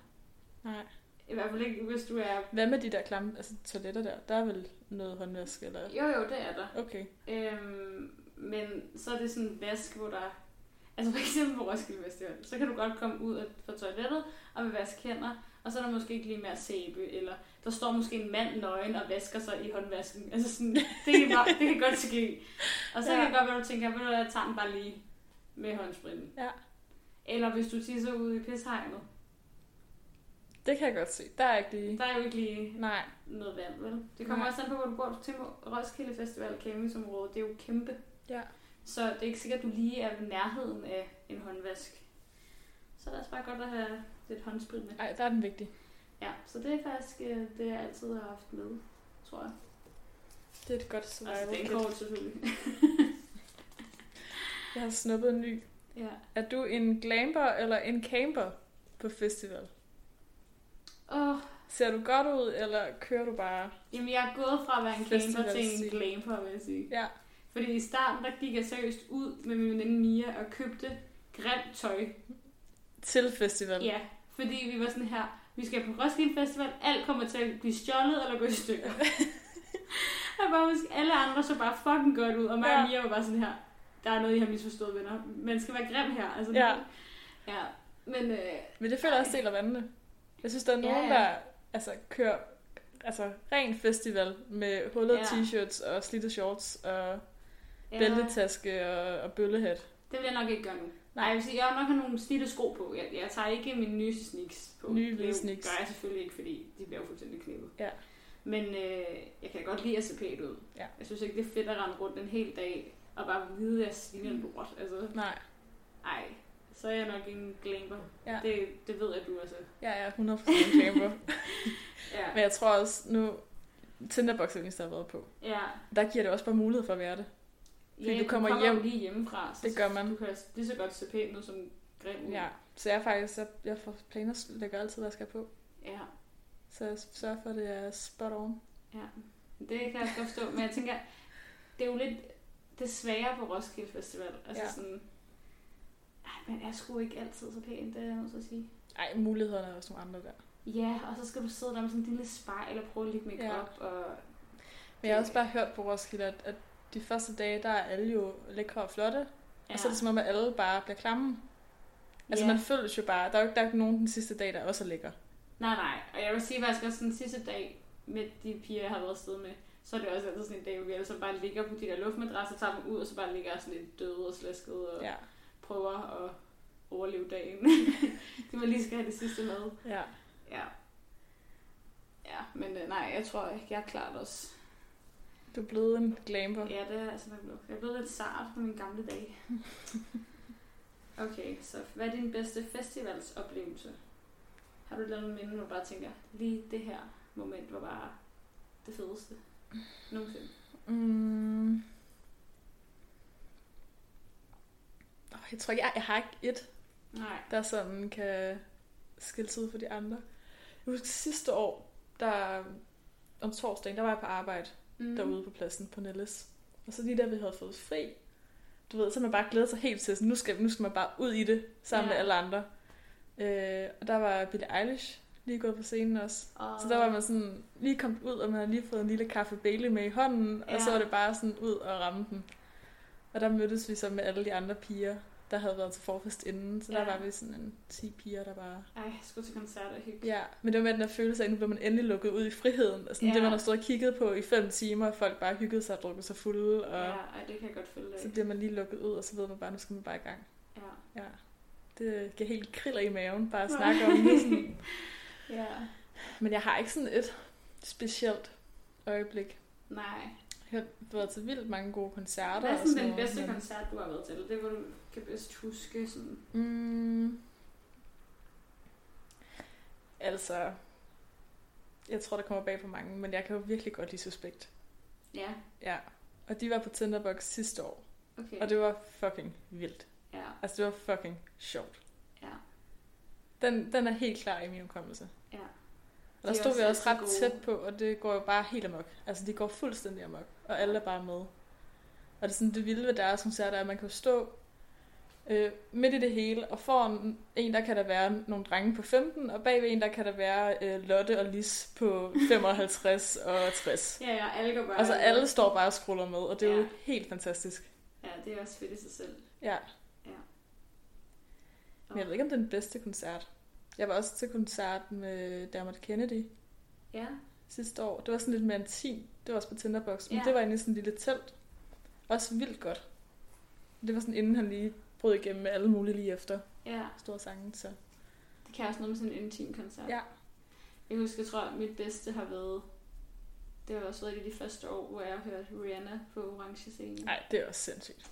B: Nej.
A: I hvert fald ikke, hvis du er...
B: Hvad med de der klamme altså, toiletter der? Der er vel noget håndvask eller...
A: Jo, jo, det er der.
B: Okay.
A: Øhm, men så er det sådan en vask, hvor der... Altså for eksempel på Roskilde Festival, så kan du godt komme ud af- fra toilettet og vil vaske hænder, og så er der måske ikke lige mere sæbe, eller der står måske en mand nøgen og vasker sig i håndvasken. Altså sådan, det kan, bare, det kan godt ske. Og så ja.
B: Ja.
A: kan det godt være, du tænker, ved du hvad, jeg tager den bare lige med håndspritten.
B: Ja.
A: Eller hvis du tisser ud i pishegnet,
B: Det kan jeg godt se. Der er ikke lige...
A: der er jo ikke lige
B: Nej.
A: noget vand, vel? Det kommer
B: Nej.
A: også an på, hvor du bor. Du tænker, Roskilde Festival, campingområdet, det er jo kæmpe.
B: Ja.
A: Så det er ikke sikkert, at du lige er ved nærheden af en håndvask. Så er det også bare godt at have lidt håndsprit med.
B: Ej, der er den vigtige.
A: Ja, så det er faktisk øh, det, jeg altid har haft med, tror jeg.
B: Det er et godt
A: Altså,
B: survival
A: det er
B: kit.
A: kort selvfølgelig.
B: Jeg har snuppet en ny.
A: ja.
B: Er du en glamper eller en camper på festival?
A: Åh,
B: Ser du godt ud, eller kører du bare?
A: jamen jeg er gået fra at være en camper til en
B: Festivalstil.
A: glamper, vil jeg sige.
B: Ja.
A: Fordi i starten, der gik jeg seriøst ud med min veninde Mia og købte grimt tøj.
B: Til festival?
A: Ja, fordi vi var sådan her, vi skal på Roskilde Festival, alt kommer til at blive stjålet eller gå i stykker. jeg bare huske, alle andre så bare fucking godt ud, og mig
B: Ja.
A: og Mia var bare sådan her, der er noget, I har misforstået, venner. Man skal være grim her. Altså,
B: Ja.
A: ja. Men øh,
B: Men det føler jeg også del af vandene. Jeg synes, der er nogen,
A: Ja, ja.
B: der altså, kører altså, ren festival med hullede
A: Ja.
B: t-shirts og slidte shorts og
A: ja,
B: bæltetaske og, og bøllehat.
A: det vil jeg nok ikke gøre nu. Nej, jeg vil sige, jeg har nok have nogle stilte sko på. Jeg, jeg tager ikke mine nyeste sneaks på.
B: Nye hvide
A: det
B: sneaks.
A: gør jeg selvfølgelig ikke, fordi de bliver jo fuldstændig knippet.
B: Ja.
A: Men øh, jeg kan godt lide at se pænt ud.
B: Ja.
A: Jeg synes ikke, det er fedt at rende rundt en hel dag og bare vide, at jeg sviner
B: Mm.
A: en lort. Altså,
B: Nej,
A: ej, så er jeg nok en glamper.
B: Ja.
A: Det, det ved jeg, du også. er.
B: jeg er 100% camper.
A: Ja.
B: Men jeg tror også, nu Tinderboxen, der har været på,
A: ja.
B: der giver det også bare mulighed for at være det. Fordi du kommer
A: jo
B: hjem.
A: lige hjemmefra, så
B: Det gør man.
A: du kan lige så godt se pænt ud som grim ud.
B: Ja, så jeg er faktisk, jeg, jeg får planer, der gør altid, hvad jeg skal på.
A: ja.
B: Så jeg sørger for, at det er spot on.
A: Det kan jeg også godt forstå, men jeg tænker, det er jo lidt det svære på Roskilde Festival. Altså
B: Ja.
A: ja. sådan, ej, man er sgu ikke altid så pæn, det er jeg nødt til at sige.
B: Ej, mulighederne er også nogle andre der.
A: Ja, og så skal du sidde der med sådan en lille spejl og prøve at lægge make
B: Ja.
A: op og...
B: Men jeg har også bare hørt på Roskilde, at, at de første dage, der er alle jo lækre og flotte. Ja. Og så er det som om, at alle bare bliver klamme. Altså
A: Ja.
B: man føles jo bare, der er jo ikke, der er ikke nogen den sidste dag, der også er lækker.
A: Nej, nej. Og jeg vil sige faktisk også den sidste dag med de piger, jeg har været afsted med, så er det også altid sådan en dag, hvor vi alle sammen bare ligger på de der luftmadrasser, tager dem ud, og så bare ligger sådan lidt døde og slæskede og ja.
B: Ja.
A: prøver at overleve dagen. det man lige skal have det sidste med.
B: ja.
A: Ja. Ja, men øh, nej, jeg tror ikke, jeg er klart også.
B: Du er blevet en glamper.
A: Ja, det er altså nok blevet. Jeg er blevet lidt sart på mine gamle dage. Okay, så hvad er din bedste festivalsoplevelse? Har du et eller andet minde, hvor du bare tænker, lige det her moment var bare det fedeste nogensinde?
B: Mm. Åh, Jeg tror ikke, jeg, jeg har ikke et
A: Nej.
B: der sådan kan skille sig ud fra de andre. Jeg husker sidste år, der om torsdagen, der var jeg på arbejde
A: Mm.
B: mm. derude på pladsen på Nelles. Og så lige da vi havde fået fri, du ved, så man bare glæder sig helt til, sådan, nu skal, nu skal man bare ud i det sammen
A: Ja.
B: ja. med alle andre. Øh, og der var Billie Eilish lige gået på scenen også.
A: Og...
B: Så der var man sådan lige kommet ud, og man havde lige fået en lille kaffe Bailey med i hånden, ja. og så
A: Ja.
B: var det bare sådan ud og ramme den. Og der mødtes vi så med alle de andre piger, der havde været til forfest inden, så der
A: Ja.
B: var vi sådan en 10 piger, der bare...
A: Ej, jeg skulle til koncert og hygge.
B: Ja, men det var med den der følelse af, at nu blev man endelig lukket ud i friheden, og sådan ja.
A: Ja.
B: det, man har stået og kigget på i fem timer, og folk bare hyggede sig og drukket sig fulde, og
A: Ja,
B: ja.
A: ej, det kan jeg godt følge dig.
B: så
A: i.
B: bliver man lige lukket ud, og så ved man bare, nu skal man bare i gang.
A: Ja.
B: Ja, det giver helt kriller i maven, bare at snakke om det sådan.
A: ja.
B: Men jeg har ikke sådan et specielt øjeblik.
A: Nej.
B: Jeg har været til vildt mange gode koncerter.
A: Hvad er
B: og
A: sådan den
B: noget,
A: bedste
B: men-
A: koncert, du har været til? Det, hvor du kan bedst huske sådan...
B: Mm, altså, jeg tror, det kommer bag på mange, men jeg kan jo virkelig godt lide Suspekt.
A: Ja,
B: Ja. Og de var på Tinderbox sidste år,
A: okay.
B: og det var fucking vildt.
A: Ja,
B: Altså, det var fucking sjovt.
A: ja,
B: Den, den er helt klar i min hukommelse.
A: ja.
B: Og der
A: De er
B: stod vi
A: også
B: også ret
A: altid gode.
B: tæt på, og det går jo bare helt amok. Altså, de går fuldstændig amok, og alle er bare med. Og det er sådan, det vilde ved deres koncerter er, at man kan jo stå øh, midt i det hele, og foran en, der kan der være nogle drenge på 15, og bagved en, der kan der være øh, Lotte og Lis på 55 og 60.
A: Ja, ja, alle går bare...
B: Altså, alle står bare og scroller med, og det er jo
A: Ja.
B: helt fantastisk.
A: Ja, det er også fedt i sig selv.
B: Ja.
A: Ja.
B: Men jeg ved ikke, om det er den bedste koncert. Jeg var også til koncert med Dermot Kennedy.
A: Ja,
B: sidste år. Det var sådan lidt mere intimt. Det var også på Tinderbox. Men
A: Ja.
B: det var inde i sådan en lille telt. Også vildt godt. Det var sådan inden han lige brød igennem med alle mulige lige efter
A: ja.
B: store sange. Så.
A: Det kan også noget med sådan en intim koncert.
B: Ja.
A: Jeg husker, jeg tror, at mit bedste har været... Det har også været et af de første år, hvor jeg hørte Rihanna på orange scenen.
B: Nej, det er også sindssygt.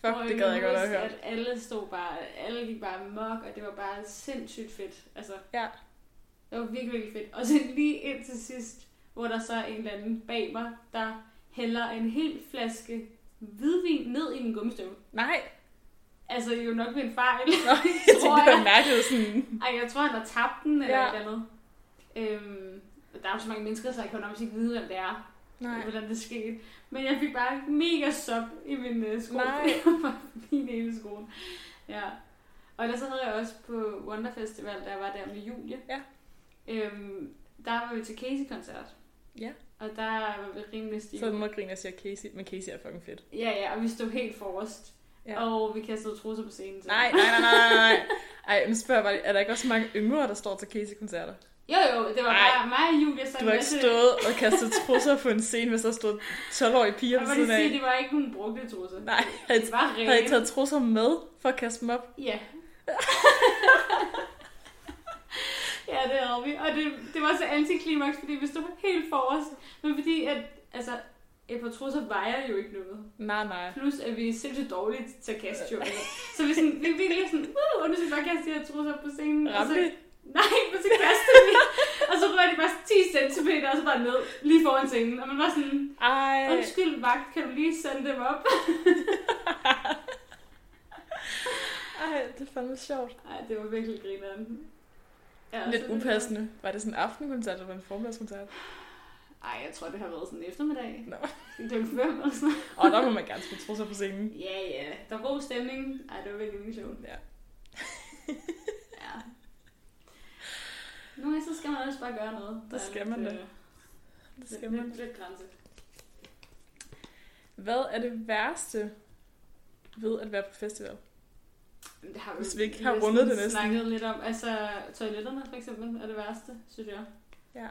B: Fuck,
A: Hvor
B: det gad jeg
A: kan
B: godt at
A: huske,
B: høre.
A: At alle stod bare, alle gik bare mok, og det var bare sindssygt fedt. Altså,
B: Ja.
A: Det var virkelig, virkelig fedt. Og så lige ind til sidst, hvor der så er en eller anden bag mig, der hælder en hel flaske hvidvin ned i min gummistøvle.
B: Nej,
A: Altså, det er jo nok ved en fejl.
B: Nå, jeg
A: Tror
B: tænkte, det var
A: jeg.
B: mærket sådan.
A: Ej, jeg tror, han har tabt den eller
B: Ja.
A: ja. et eller andet. Øhm, og der er jo så mange mennesker, så jeg kan jo nærmest ikke vide, hvem det er, Nej.
B: Nej.
A: hvordan det skete. Men jeg fik bare mega sop i min uh, sko.
B: Nej.
A: min ene sko. Ja. Og ellers så havde jeg også på Wonder Festival, da jeg var der med Julie.
B: Ja.
A: Øhm, der var vi til Casey-koncert.
B: Ja.
A: Og der var vi rimelig stive.
B: Så er der nogen, der griner og siger Casey, men Casey er fucking fedt.
A: Ja, ja, og vi stod helt forrest.
B: Ja.
A: Ja. Og vi kastede trusser på scenen. så-
B: Nej, nej, nej, nej, nej, nej. Ej, nu spørger jeg bare, lige, er der ikke også mange yngre, der står til Casey-koncerter?
A: Jo, jo, det var
B: Nej.
A: bare mig og Julia. Så
B: Du har ikke stået og kastet trusser på en scene, hvis der stod 12-årige piger
A: Jeg
B: ved
A: vil lige
B: siden
A: sige,
B: af.
A: det var ikke nogen brugte trusser.
B: Nej, havde,
A: Det var
B: havde I
A: rene.
B: taget trusser med for at kaste dem op?
A: Ja. ja, det havde vi. Og det, det var så antiklimaks, fordi vi stod helt forrest. Men fordi, at altså, et par trusser vejer jo ikke noget.
B: Nej, nej.
A: Plus, at vi er sindssygt dårlige til at kaste jo. Så vi, sådan, vi, vi er lige sådan, uh, og nu skal vi bare kaste de her trusser på scenen. Og
B: Ramte
A: så,
B: I?
A: nej, men så kastede vi. og så rører de bare 10 cm, og så bare ned, lige foran scenen. Og man var sådan,
B: Ej.
A: undskyld vagt, kan du lige sende dem op?
B: Ej, det er fandme sjovt.
A: Nej, det var virkelig grineren. Ja,
B: Lidt
A: så det-
B: upassende. Var det sådan en aftenkoncert, eller var det en formiddagskoncert?
A: Ej, jeg tror, det har været sådan en eftermiddag.
B: Nå.
A: Klokken fem eller sådan noget.
B: Og der må man gerne spille trusser på scenen.
A: Ja, ja. Der var god stemning. Ej, det var virkelig virkelig sjovt.
B: Ja.
A: Ja. Nogle gange, så skal man også bare gøre noget. Øh,
B: Det skal man da. Det skal man.
A: Lidt, lidt grænse.
B: Hvad er det værste ved at være på festival?
A: Men det har vi,
B: Hvis
A: jo
B: vi ikke har
A: næsten
B: rundet det næsten.
A: snakket lidt om. Altså, toiletterne for eksempel er det værste, synes jeg.
B: Ja.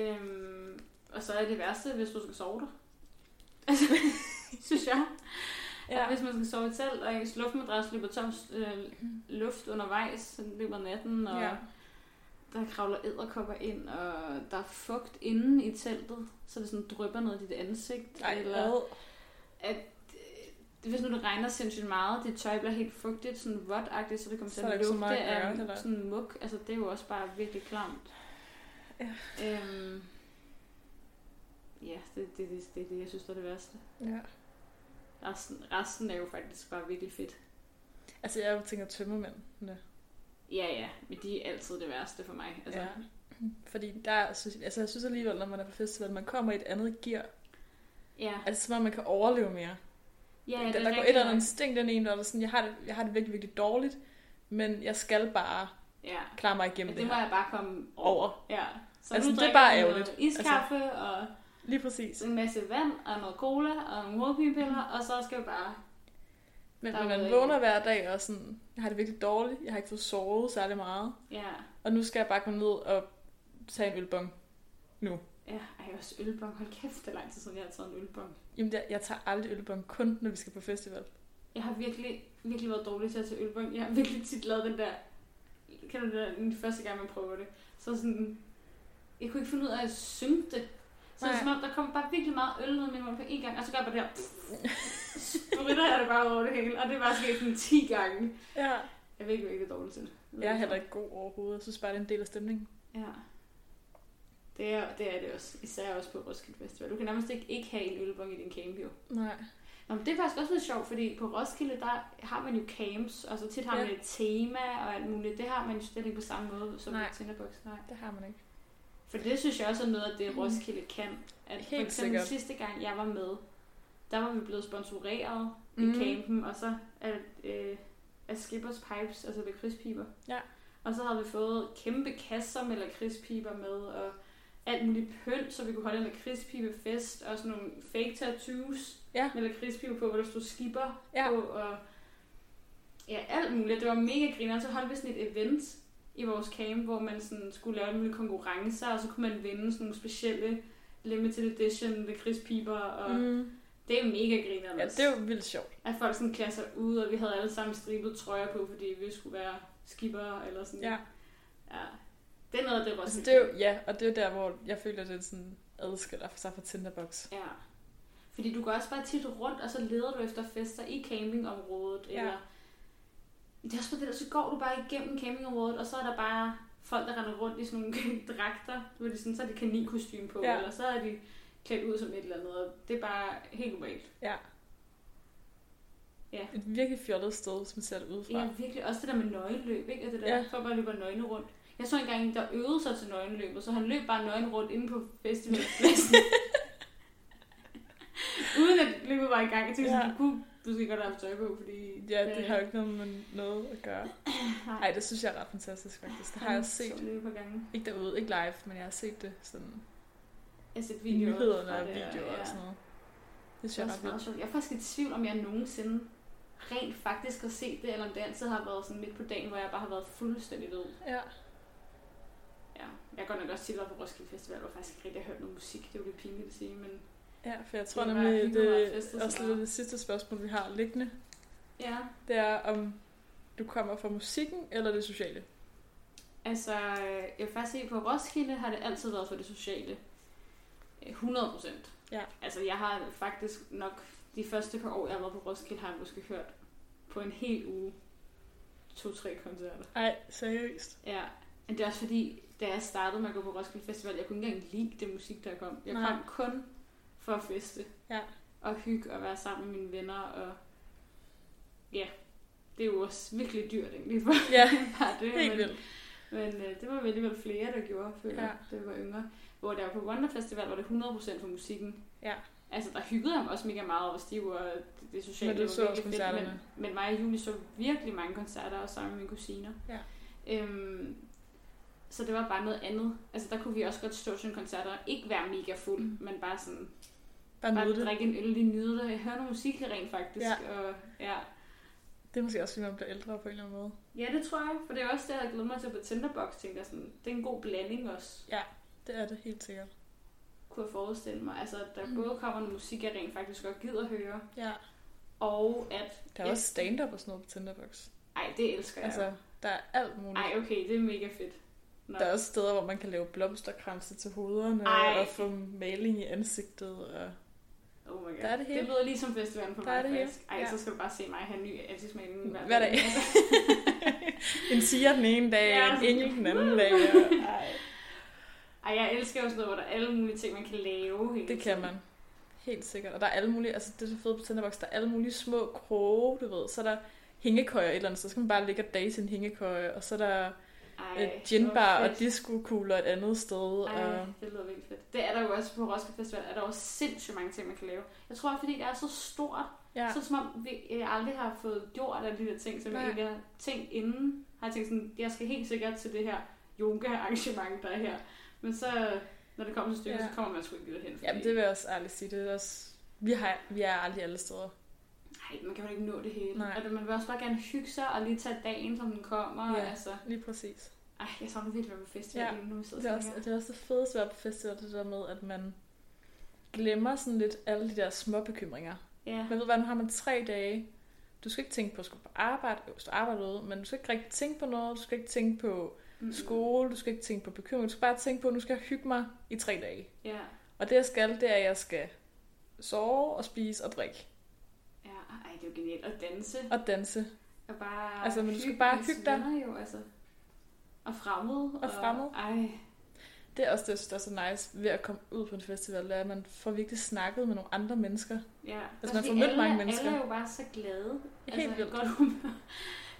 A: Øhm, og så er det værste, hvis du skal sove der. Altså, synes jeg. Ja. Hvis man skal sove i et telt, og ens luftmadras løber tom øh, luft undervejs, så den løber natten, og
B: Ja.
A: ja. der kravler æderkopper ind, og der er fugt inde i teltet, så det sådan drypper ned i dit ansigt.
B: Ej,
A: eller
B: hvad?
A: øh, hvis nu det regner sindssygt meget, dit tøj bliver helt fugtigt, sådan vådt så det kommer
B: Så
A: til
B: er
A: at
B: der ikke så
A: lugte
B: meget at gøre,
A: af
B: heller.
A: sådan muk. Altså, det er jo også bare virkelig klamt.
B: Ja.
A: Øhm, ja, det, det, det, det, er det, jeg synes, der er det værste.
B: Ja.
A: Resten, resten er jo faktisk bare virkelig fedt.
B: Altså, jeg tænker tømmermændene.
A: Ja, ja, men de er altid det værste for mig. Altså,
B: Altså. Ja. Fordi der, synes, altså, jeg synes alligevel, når man er på festival, man kommer i et andet gear.
A: ja.
B: Altså, som om man kan overleve mere.
A: ja, ja
B: der,
A: det er
B: der går et
A: rigtigt
B: eller andet
A: nok.
B: instinkt ind i en, og der er sådan, jeg har, det, jeg har det virkelig, virkelig dårligt, men jeg skal bare
A: Ja.
B: klare mig
A: ja,
B: igennem
A: det
B: det
A: må
B: her.
A: jeg bare komme over.
B: Over.
A: Ja. Så
B: Altså,
A: nu
B: det er
A: drikker
B: bare
A: jeg
B: ærgerligt.
A: noget Iskaffe altså... og
B: Lige præcis.
A: en masse vand og noget cola og nogle hovedpinepiller, og så skal jeg bare...
B: Men
A: Der
B: når
A: er noget
B: man
A: i det.
B: vågner hver dag og sådan, jeg har det virkelig dårligt, jeg har ikke fået sovet særlig meget,
A: Ja.
B: og nu skal jeg bare gå ned og tage en ølbong.
A: Ja, ej, også ølbong. Hold kæft, det er lang tid siden, jeg har taget en ølbong.
B: Jamen, jeg, jeg tager aldrig ølbong, kun når vi skal på festival.
A: Jeg har virkelig, virkelig været dårlig til at tage ølbong. Jeg har virkelig tit lavet den der... Kan du det der, den første gang, man prøver det? Så sådan... Jeg kunne ikke finde ud af at synge det. Så det er
B: Nej.
A: som om, der kom bare virkelig meget øl ned i min mund på én gang, og så gør jeg bare det her... Spritter jeg det bare over det hele, og det var sket sådan 10 gange.
B: Ja.
A: Jeg ved ikke, hvad jeg er dårlig til. ved
B: Jeg er
A: ikke,
B: heller ikke god overhovedet, jeg synes bare, det er en del af stemningen.
A: Ja. Det er, det er det også. Især også på Roskilde Festival. Du kan nærmest ikke, ikke have en ølbong i din camp, jo.
B: Nej.
A: Nå, men det er faktisk også lidt sjovt, fordi på Roskilde, der har man jo camps, og så tit har man
B: Ja.
A: et tema og alt muligt. Det har man jo slet ikke på samme måde som
B: Nej.
A: på Tinderbox. Nej.
B: Det har man ikke.
A: For det synes jeg også er noget af det, Roskilde kan. At for
B: Mm. Helt
A: eksempel
B: sikkert.
A: sidste gang, jeg var med, der var vi blevet sponsoreret mm. i campen, og så af, øh, af Skippers Pipes, altså lakridspiber.
B: Ja.
A: Og så havde vi fået kæmpe kasser med lakridspiber med, og alt muligt pynt, så vi kunne holde en lakridspibefest, og sådan nogle fake tattoos
B: Ja.
A: med lakridspiber på, hvor der stod skipper
B: Ja.
A: på, og ja, alt muligt. Det var mega griner. Så holdt vi sådan et event i vores camp, hvor man sådan skulle lave alle mulige konkurrencer, og så kunne man vinde sådan nogle specielle limited edition lakridspiber, og mm.
B: Mm.
A: det er mega griner
B: Ja, det er jo vildt sjovt.
A: at folk sådan klæder sig ud, og vi havde alle sammen stribet trøjer på, fordi vi skulle være skibere eller sådan.
B: Ja.
A: ja. Det er noget af det, Roskilde.
B: Altså, det er jo, ja, og det er jo der, hvor jeg føler, at det sådan adskiller sig fra Tinderbox.
A: Ja. Fordi du går også bare tit rundt, og så leder du efter fester i campingområdet.
B: Ja.
A: Ja. Eller... Det er også bare det der, så går du bare igennem campingområdet, og så er der bare folk, der render rundt i sådan nogle dragter. Du ved, de sådan, så er de kaninkostyme på,
B: Ja.
A: ja. eller så er de klædt ud som et eller andet. Og det er bare helt normalt.
B: Ja.
A: Ja.
B: Et virkelig fjollet sted, hvis man ser det udefra.
A: Ja, virkelig. Også det der med nøgenløb, ikke? At det der,
B: Ja.
A: ja. folk bare løber nøgne rundt. Jeg så engang en, der øvede sig til nøgenløbet, så han løb bare nøgen rundt inde på festivalpladsen. Uden at løbet var i gang. Jeg tænkte,
B: Ja.
A: ja. du kunne måske godt have haft tøj på, fordi...
B: Ja, det har jo ikke noget med noget at gøre. Nej, det synes jeg er ret fantastisk faktisk. Det har jeg
A: Så
B: set.
A: løbet på gangen.
B: Ikke derude, ikke live, men jeg har set det sådan
A: Jeg set videoer.
B: nyhederne
A: fra
B: og
A: det,
B: videoer
A: ja.
B: og sådan noget. Det synes
A: Det er
B: jeg er
A: også
B: ret vildt.
A: meget sjovt. Jeg er faktisk lidt i tvivl, om jeg nogensinde rent faktisk har set det, eller om det altid har været sådan midt på dagen, hvor jeg bare har været fuldstændig død.
B: Ja.
A: Ja, jeg har godt nok også tit været på Roskilde Festival, hvor jeg faktisk ikke rigtig har hørt noget musik. Det er jo lidt pinligt at sige, men
B: ja, for jeg tror
A: Det er bare
B: nemlig,
A: hyggeligt
B: det
A: at feste
B: er
A: så
B: også lidt
A: meget.
B: det sidste spørgsmål, vi har liggende.
A: ja.
B: Det er, om du kommer fra musikken eller det sociale.
A: Altså, øh, jeg vil faktisk sige, på Roskilde har det altid været for det sociale. Øh, 100 procent.
B: Ja.
A: Altså, jeg har faktisk nok de første par år, jeg har været på Roskilde, har jeg måske hørt på en hel uge to-tre koncerter.
B: Ej, seriøst.
A: Ja, men det er også fordi, da jeg startede med at gå på Roskilde Festival, jeg kunne ikke engang lide det musik, der kom. Jeg
B: Nej.
A: kom kun for at feste.
B: Ja.
A: Og hygge og være sammen med mine venner. Og ja, det er jo også virkelig dyrt egentlig. For
B: Ja,
A: bare det.
B: Helt
A: men,
B: vildt.
A: men øh, det var vel alligevel flere, der gjorde, føler
B: Ja.
A: ja. det var yngre. Hvor der var på Wonder Festival, var det 100% for musikken.
B: Ja.
A: Altså, der hyggede jeg mig også mega meget over Stiv og det, det sociale.
B: Men du
A: det var
B: så
A: virkelig
B: også
A: fedt,
B: koncerterne?
A: Men, men mig og Julie så virkelig mange koncerter, også sammen med mine kusiner.
B: Ja.
A: Øhm, så det var bare noget andet. Altså, der kunne vi også godt stå til en koncert og ikke være mega fuld,
B: Mm.
A: mm. men bare sådan,
B: Bare
A: bare
B: nyde det.
A: drikke en øl, lige nyde det, høre noget musik rent faktisk.
B: Ja.
A: Og, ja.
B: Det er måske også, fordi man bliver ældre på en eller anden måde.
A: ja, det tror jeg, for det er også det, jeg havde glædet mig til på Tinderbox, tænkte jeg sådan, det er en god blanding også.
B: Det er det helt sikkert.
A: kunne jeg forestille mig. Altså, at der
B: Mm.
A: mm. både kommer noget musik, jeg rent faktisk godt gider høre,
B: Ja.
A: og at...
B: Der er også stand-up og sådan noget på Tinderbox.
A: Ej, det elsker jeg.
B: Altså, der er alt muligt.
A: Ej, okay, det er mega fedt. Nå.
B: Der er også steder, hvor man kan lave blomsterkranse til hovederne
A: Ej.
B: og få maling i ansigtet. Og...
A: Oh my God.
B: der er det hele.
A: det lyder ligesom festivalen for
B: Der er
A: mig,
B: det hele.
A: faktisk. Ej,
B: Ja.
A: så skal du bare se mig have en ny ansigtsmaling hver,
B: Hver dag. en siger den ene dag,
A: Ja.
B: en engel den anden dag. Og... Ej,
A: Ej, jeg elsker jo sådan noget, hvor der er alle mulige ting, man kan lave. hele
B: det kan
A: tiden.
B: man. Helt sikkert. Og der er alle mulige, altså det er så fedt på Tinderbox, der er alle mulige små kroge, du ved. Så er der hængekøjer et eller andet, så skal man bare ligge og dage sin hængekøje. Og så er der
A: Ej,
B: et
A: hvor
B: ginbar og
A: fedt.
B: discokugler et andet sted.
A: Ej,
B: Og...
A: det lyder virkelig fedt. Det er der jo også på Roskilde Festival, er der jo sindssygt mange ting, man kan lave. Jeg tror, fordi det er så stort,
B: Ja.
A: Ja. Så som om vi, jeg aldrig har fået gjort af de der ting, som
B: Nej.
A: jeg ikke har tænkt inden. Har jeg tænkt sådan, jeg skal helt sikkert til det her yoga-arrangement, der er her. Men så, når det kommer til stykket,
B: Ja.
A: ja. så kommer man sgu ikke derhen.
B: Jamen, det vil jeg også ærligt sige. Det er også... Vi, har, vi er aldrig alle steder.
A: Nej, man kan jo ikke nå det hele.
B: Nej.
A: Nej. Og man vil også bare gerne hygge sig og lige tage dagen, som den kommer.
B: Ja.
A: Ja. Altså,
B: Lige præcis.
A: ej, jeg savner virkelig at være på festival
B: Ja.
A: ja. lige nu. Så
B: Det er, også, det er også det fedeste ved at være på festival, det der med, at man glemmer sådan lidt alle de der små bekymringer.
A: Ja.
B: Man ved, hvad, nu har man tre dage. Du skal ikke tænke på at skulle på arbejde, jo, hvis du arbejder ude, men du skal ikke rigtig tænke på noget, du skal ikke tænke på
A: Mm.
B: skole, du skal ikke tænke på bekymring, du skal bare tænke på, at nu skal jeg hygge mig i tre dage.
A: Ja.
B: Og det jeg skal, det er, at jeg skal sove og spise og drikke
A: ja. Ej, det er jo genialt. Og danse.
B: og danse
A: Og bare
B: Altså, men du
A: hygge
B: skal bare
A: med
B: hygge
A: sine
B: dig.
A: venner Jo, altså. Og fremmede.
B: Og fremmede.
A: Ej,
B: Det er også det, jeg synes, der er så nice ved at komme ud på en festival, det er, at man får virkelig snakket med nogle andre mennesker.
A: Ja, altså,
B: Altså, man
A: man
B: får mødt
A: alle,
B: mange
A: mange
B: mennesker.
A: mennesker. Alle er jo bare så glade.
B: Helt
A: altså,
B: vildt.
A: Godt humør.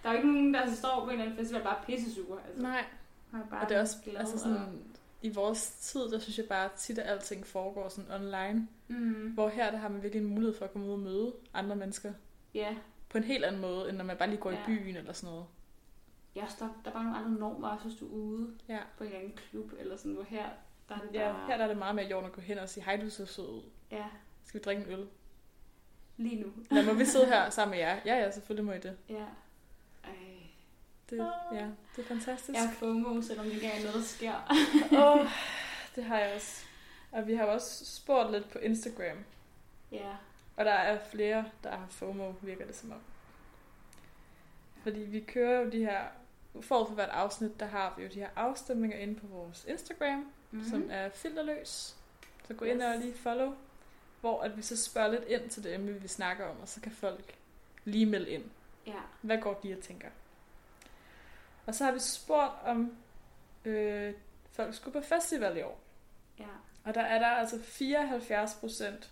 A: Der er jo ikke nogen, der står på en eller anden festival bare pissesure. Altså,
B: Nej,
A: Man er bare
B: og det er også
A: glad
B: altså
A: Og,
B: sådan, i vores tid, der synes jeg bare tit, at alting foregår sådan online.
A: mm,
B: Hvor her, der har man virkelig en mulighed for at komme ud og møde andre mennesker
A: ja,
B: på en helt anden måde, end når man bare lige går i
A: Ja.
B: byen eller sådan noget.
A: jeg står, der er bare nogle andre normer, også hvis du er ude
B: Ja.
A: på en eller anden klub, eller sådan, hvor her, der er det bare...
B: Ja, her der er det meget mere i orden at gå hen og sige, hej du ser sød ud.
A: ja
B: Skal vi drikke en øl?
A: lige nu.
B: Nå, må vi sidde her sammen med jer? Ja, ja, selvfølgelig må I det.
A: Ja. Ej.
B: det ja, det er fantastisk.
A: Jeg er FOMO, selvom det ikke er noget, der sker.
B: Åh, det har jeg også. Og vi har jo også spurgt lidt på Instagram,
A: ja.
B: Og der er flere, der har FOMO, virker det som om. Fordi vi kører jo de her, forud for hvert afsnit, der har vi jo de her afstemninger inde på vores Instagram, mm-hmm.
A: Mm.
B: som er filterløs. Så gå ind
A: Yes.
B: og lige follow, hvor at vi så spørger lidt ind til det emne, vi snakker om, og så kan folk lige melde ind.
A: Ja.
B: Hvad går de og tænker? Og så har vi spurgt, om øh, folk skulle på festival i år.
A: Ja.
B: Og der er der altså 74 procent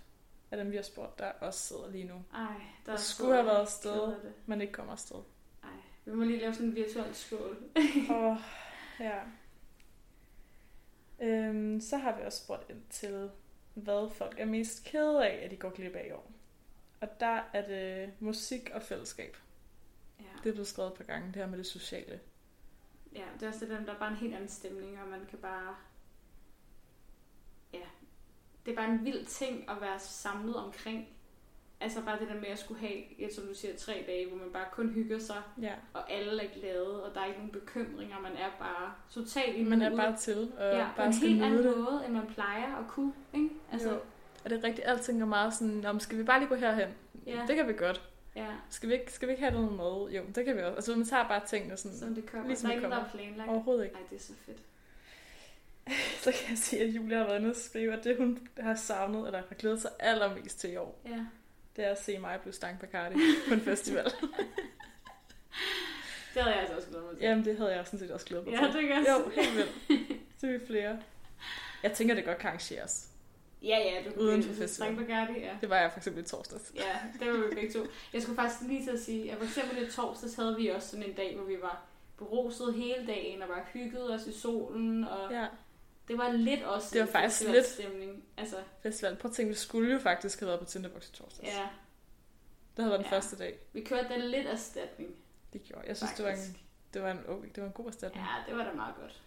B: af dem, vi har spurgt, der også sidder lige nu
A: Ej, der
B: der
A: er
B: skulle have været
A: så-
B: afsted,
A: ked af det.
B: men ikke kommer afsted.
A: Ej, vi må lige lave sådan en virtuel skål.
B: Og ja. Øhm, så har vi også spurgt ind til, hvad folk er mest kede af, at de går glip af i år. Og der er det musik og fællesskab.
A: Ja.
B: Det er blevet skrevet et par gange, det her med det sociale.
A: Ja, det er også det der, der er bare en helt anden stemning, og man kan bare... Ja, det er bare en vild ting at være samlet omkring. Altså bare det der med at skulle have, ja, som du siger, tre dage, hvor man bare kun hygger sig,
B: Ja.
A: og alle er glade, og der er ikke nogen bekymringer. Man er bare totalt i
B: Man er
A: nuet.
B: bare til og
A: ja, på en
B: bare skal
A: helt
B: nyde
A: anden
B: det.
A: måde, end man plejer at kunne. Ikke? Altså,
B: Jo. Og det er rigtigt, alting er meget sådan, om skal vi bare lige gå herhen?
A: Ja.
B: Det kan vi godt.
A: ja,
B: Skal vi ikke, skal vi ikke have noget med? Jo, det kan vi også. Altså, man tager bare tingene sådan.
A: som det kommer.
B: Ligesom
A: Ligesom der er ikke
B: det
A: noget, der er planlagt.
B: Overhovedet ikke.
A: Ej, det er så fedt.
B: Så kan jeg se, at Julia har været inde og skrive, at det hun har savnet, eller har glædet sig allermest til i år,
A: Ja.
B: det er at se mig blive stank Bacardi på en festival.
A: Det havde jeg altså også glædet mig til.
B: Jamen, det havde jeg sådan set også glædet mig
A: ja
B: til.
A: det gør jeg.
B: Jo, helt vildt. Så er vi flere. Jeg tænker, det godt kan arrangeres.
A: Ja, ja, du
B: Uden for
A: for
B: festival.
A: Bacardi, ja.
B: Det var jeg for eksempel i torsdags.
A: Ja, det var vi begge to. Jeg skulle faktisk lige til at sige, at for eksempel i torsdags havde vi også sådan en dag, hvor vi var beruset hele dagen og bare hyggede os i solen, og
B: Ja.
A: det var lidt også
B: Det var
A: en
B: faktisk lidt.
A: festivalstemning. Altså,
B: Festival. Prøv at tænke, vi skulle jo faktisk have været på Tinderbox i
A: ja,
B: torsdags. Det havde været den
A: Ja.
B: første dag.
A: vi kørte den lidt erstatning,
B: Det gjorde jeg. Jeg synes, det var, en, det, var en, okay, det var en god erstatning.
A: Ja, det var da meget godt.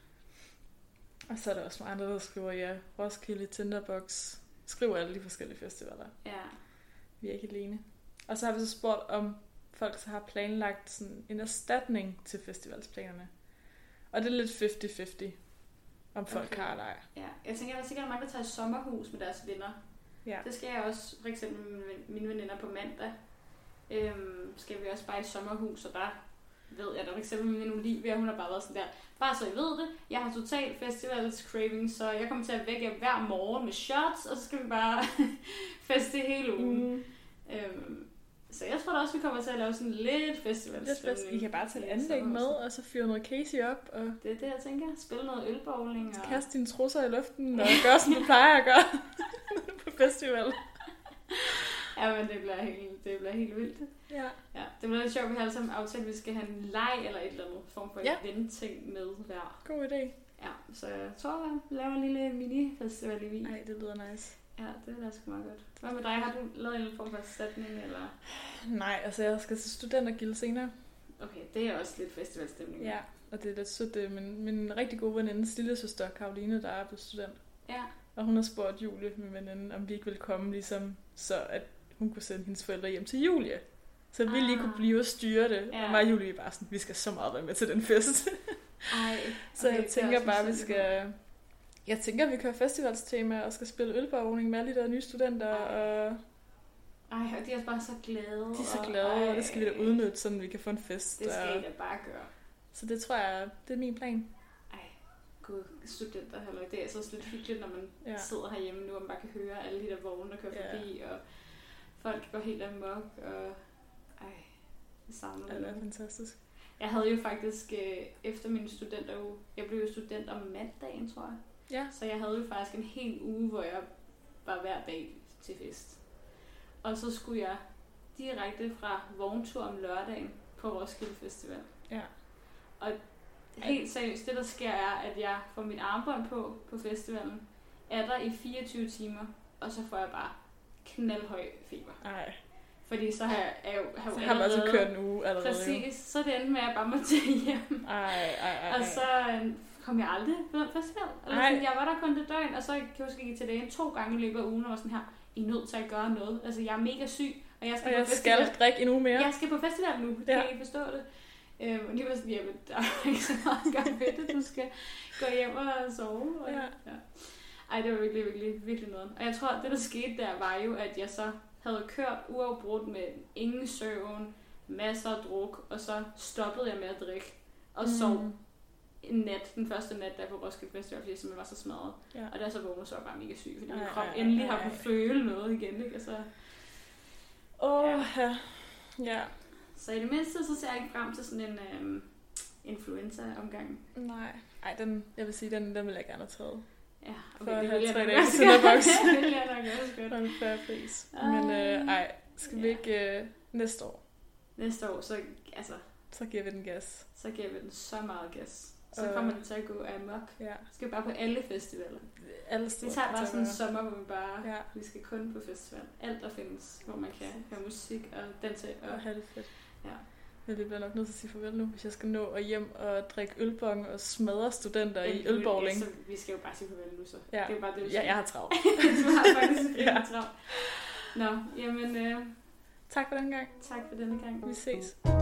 B: Og så er der også mange andre, der skriver, ja, Roskilde, Tinderbox. Skriver alle de forskellige festivaler.
A: Ja.
B: Vi er ikke alene. Og så har vi så spurgt, om folk så har planlagt sådan en erstatning til festivalsplanerne. Og det er lidt 50-50, om folk
A: Okay.
B: har eller ej.
A: Ja, jeg tænker, der er sikkert mange, der tager i sommerhus med deres venner.
B: Ja.
A: Det skal jeg også, for eksempel med mine ven- mine veninder på mandag, øhm, skal vi også bare i sommerhus, og der ved jeg, der for eksempel min veninde Olivia, hun har bare været sådan der, bare så I ved det, jeg har total festivals craving, så jeg kommer til at vække jer hver morgen med shots, og så skal vi bare feste hele ugen. Mm. Øhm, så jeg tror da også, vi kommer til at lave sådan lidt
B: Lidt fest.
A: festivalstemning.
B: I kan bare tage et
A: i
B: anlæg med,
A: sommerhuset.
B: og så fyre noget Casey op, og
A: Det er det, jeg tænker. Spille noget ølbowling. Og...
B: kaste dine trusser i luften, og gøre, som du plejer at gøre på festival.
A: Ja, men det bliver helt, det bliver helt vildt.
B: Ja.
A: Ja, det bliver lidt sjovt, vi har alle sammen aftalt, at vi skal have en leg eller et eller andet form for
B: Ja.
A: ja. event-ting med hver.
B: God idé.
A: Ja, så jeg tror, jeg laver en lille mini-festival i Wien.
B: Nej, det lyder nice.
A: Ja, det er da sgu meget godt. Hvad med dig? Har du lavet en eller anden form for erstatning? Eller?
B: Nej, altså jeg skal til studentergilde senere.
A: Okay, det er også lidt festivalstemning.
B: Ja, og det er lidt sødt. det er Min, min rigtig gode veninde, lille søster Karoline, der er blevet student.
A: ja.
B: Og hun har spurgt Julie, min veninde, om vi ikke ville komme, ligesom så at hun kunne sende hendes forældre hjem til Julie. Så vi ah. lige
A: Ah.
B: kunne blive og styre det. Ja.
A: Ja.
B: Og mig og Julie er bare sådan, vi skal så meget være med til den fest.
A: Ej,
B: så
A: okay,
B: jeg
A: det er
B: tænker
A: også
B: bare, vi
A: lidt
B: skal... Jeg tænker, vi kører festivalstema og skal spille ølbogning med alle de der nye studenter.
A: Ej.
B: Og
A: Ej, og de er også bare så glade.
B: de er så
A: og-
B: glade, og det skal vi da
A: Ej,
B: udnytte, så vi kan få en fest.
A: Det skal
B: og...
A: I da Mm. bare gøre.
B: Så det tror jeg, det er min plan.
A: Ej, gud, studenter heller Det er altså også lidt hyggeligt, når man
B: Ja.
A: ja. sidder herhjemme nu, og man bare kan høre alle de der vogne, der kører
B: Ja.
A: ja. forbi, og folk går helt amok, og ej, jeg savner
B: Ja, det er
A: det.
B: fantastisk.
A: Jeg havde jo faktisk, øh, efter min studenteruge, jeg blev jo student om mandagen, tror jeg,
B: Ja.
A: så jeg havde jo faktisk en hel uge, hvor jeg var hver dag til fest. Og så skulle jeg direkte fra vogntur om lørdagen på Roskilde Festival.
B: Ja.
A: Og helt seriøst, det der sker er, at jeg får mit armbånd på på festivalen, er der i 24 timer, og så får jeg bare knaldhøj feber.
B: Ej,
A: Fordi så har jeg, er jo, har
B: så
A: jo
B: har man altså
A: allerede-
B: kørt en uge allerede. jo.
A: Præcis, så er det endte med, at jeg bare måtte tage hjem.
B: Ej, ej, ej.
A: Og
B: ej.
A: så øh, kom jeg aldrig på den festival. Eller
B: Ej.
A: sådan, jeg var der kun det døgn, og så kan jeg huske, at jeg gik til dagen to gange i løbet af ugen, og var sådan her, I er nødt til at gøre noget. Altså, jeg er mega syg, og jeg skal
B: Og
A: på
B: jeg
A: festival.
B: skal drikke endnu mere.
A: Ja. Jeg skal på festival nu, det
B: Ja.
A: ja. kan I ikke forstå det. Øhm, og de var sådan, jamen, der er ikke så meget at gøre ved det, du skal gå hjem og sove. Og,
B: Ja.
A: ja. Ej, det var virkelig, virkelig, virkelig noget. Og jeg tror, det der skete der, var jo, at jeg så havde kørt uafbrudt med ingen søvn, masser af druk, og så stoppede jeg med at drikke og sov
B: Mm.
A: en nat, den første nat, der på Roskilde Festival, fordi jeg simpelthen var så smadret.
B: Ja.
A: Og da jeg så vågnede, så var jeg bare mega syg, fordi min
B: Ej,
A: krop
B: ej, ej,
A: endelig
B: ej.
A: har kunnet føle noget igen, ikke? Og så
B: Åh, ja. ja.
A: Så i det mindste, så ser jeg ikke frem til sådan en øhm, influenza-omgang.
B: Nej. Ej, den, jeg vil sige, den, den vil jeg gerne have taget.
A: Ja,
B: For at have tre
A: nok
B: dage
A: også
B: i Tinderbox.
A: gøre. Det vil jeg nok også
B: Det
A: godt.
B: er en fair pris. Men øh, ej, skal vi
A: Ah. Ja.
B: ikke øh, næste år,
A: Næste år, så, altså,
B: så giver vi den gas.
A: så giver vi den så meget gas. Så
B: Øh.
A: kommer det til at gå amok.
B: Ja.
A: Vi skal bare på alle festivaler.
B: Alle
A: Vi
B: steder.
A: tager bare
B: Så-
A: sådan en sommer, hvor vi bare...
B: Ja,
A: Vi skal kun på festival. Alt der findes, hvor man kan høre musik og danse. Og,
B: og have det fedt.
A: Ja.
B: Men Men vi bliver nok nødt til at sige farvel nu, hvis jeg skal nå at hjem og drikke ølbong og smadre studenter i
A: Men-
B: ølbowling.
A: Ja, så vi skal jo bare sige farvel nu, så.
B: Ja.
A: Det er jo bare det, du
B: Ja,
A: siger.
B: jeg har travlt.
A: du har faktisk en
B: Ja.
A: ja. Nå, jamen øh,
B: Tak for den gang.
A: tak for denne gang.
B: Vi ses.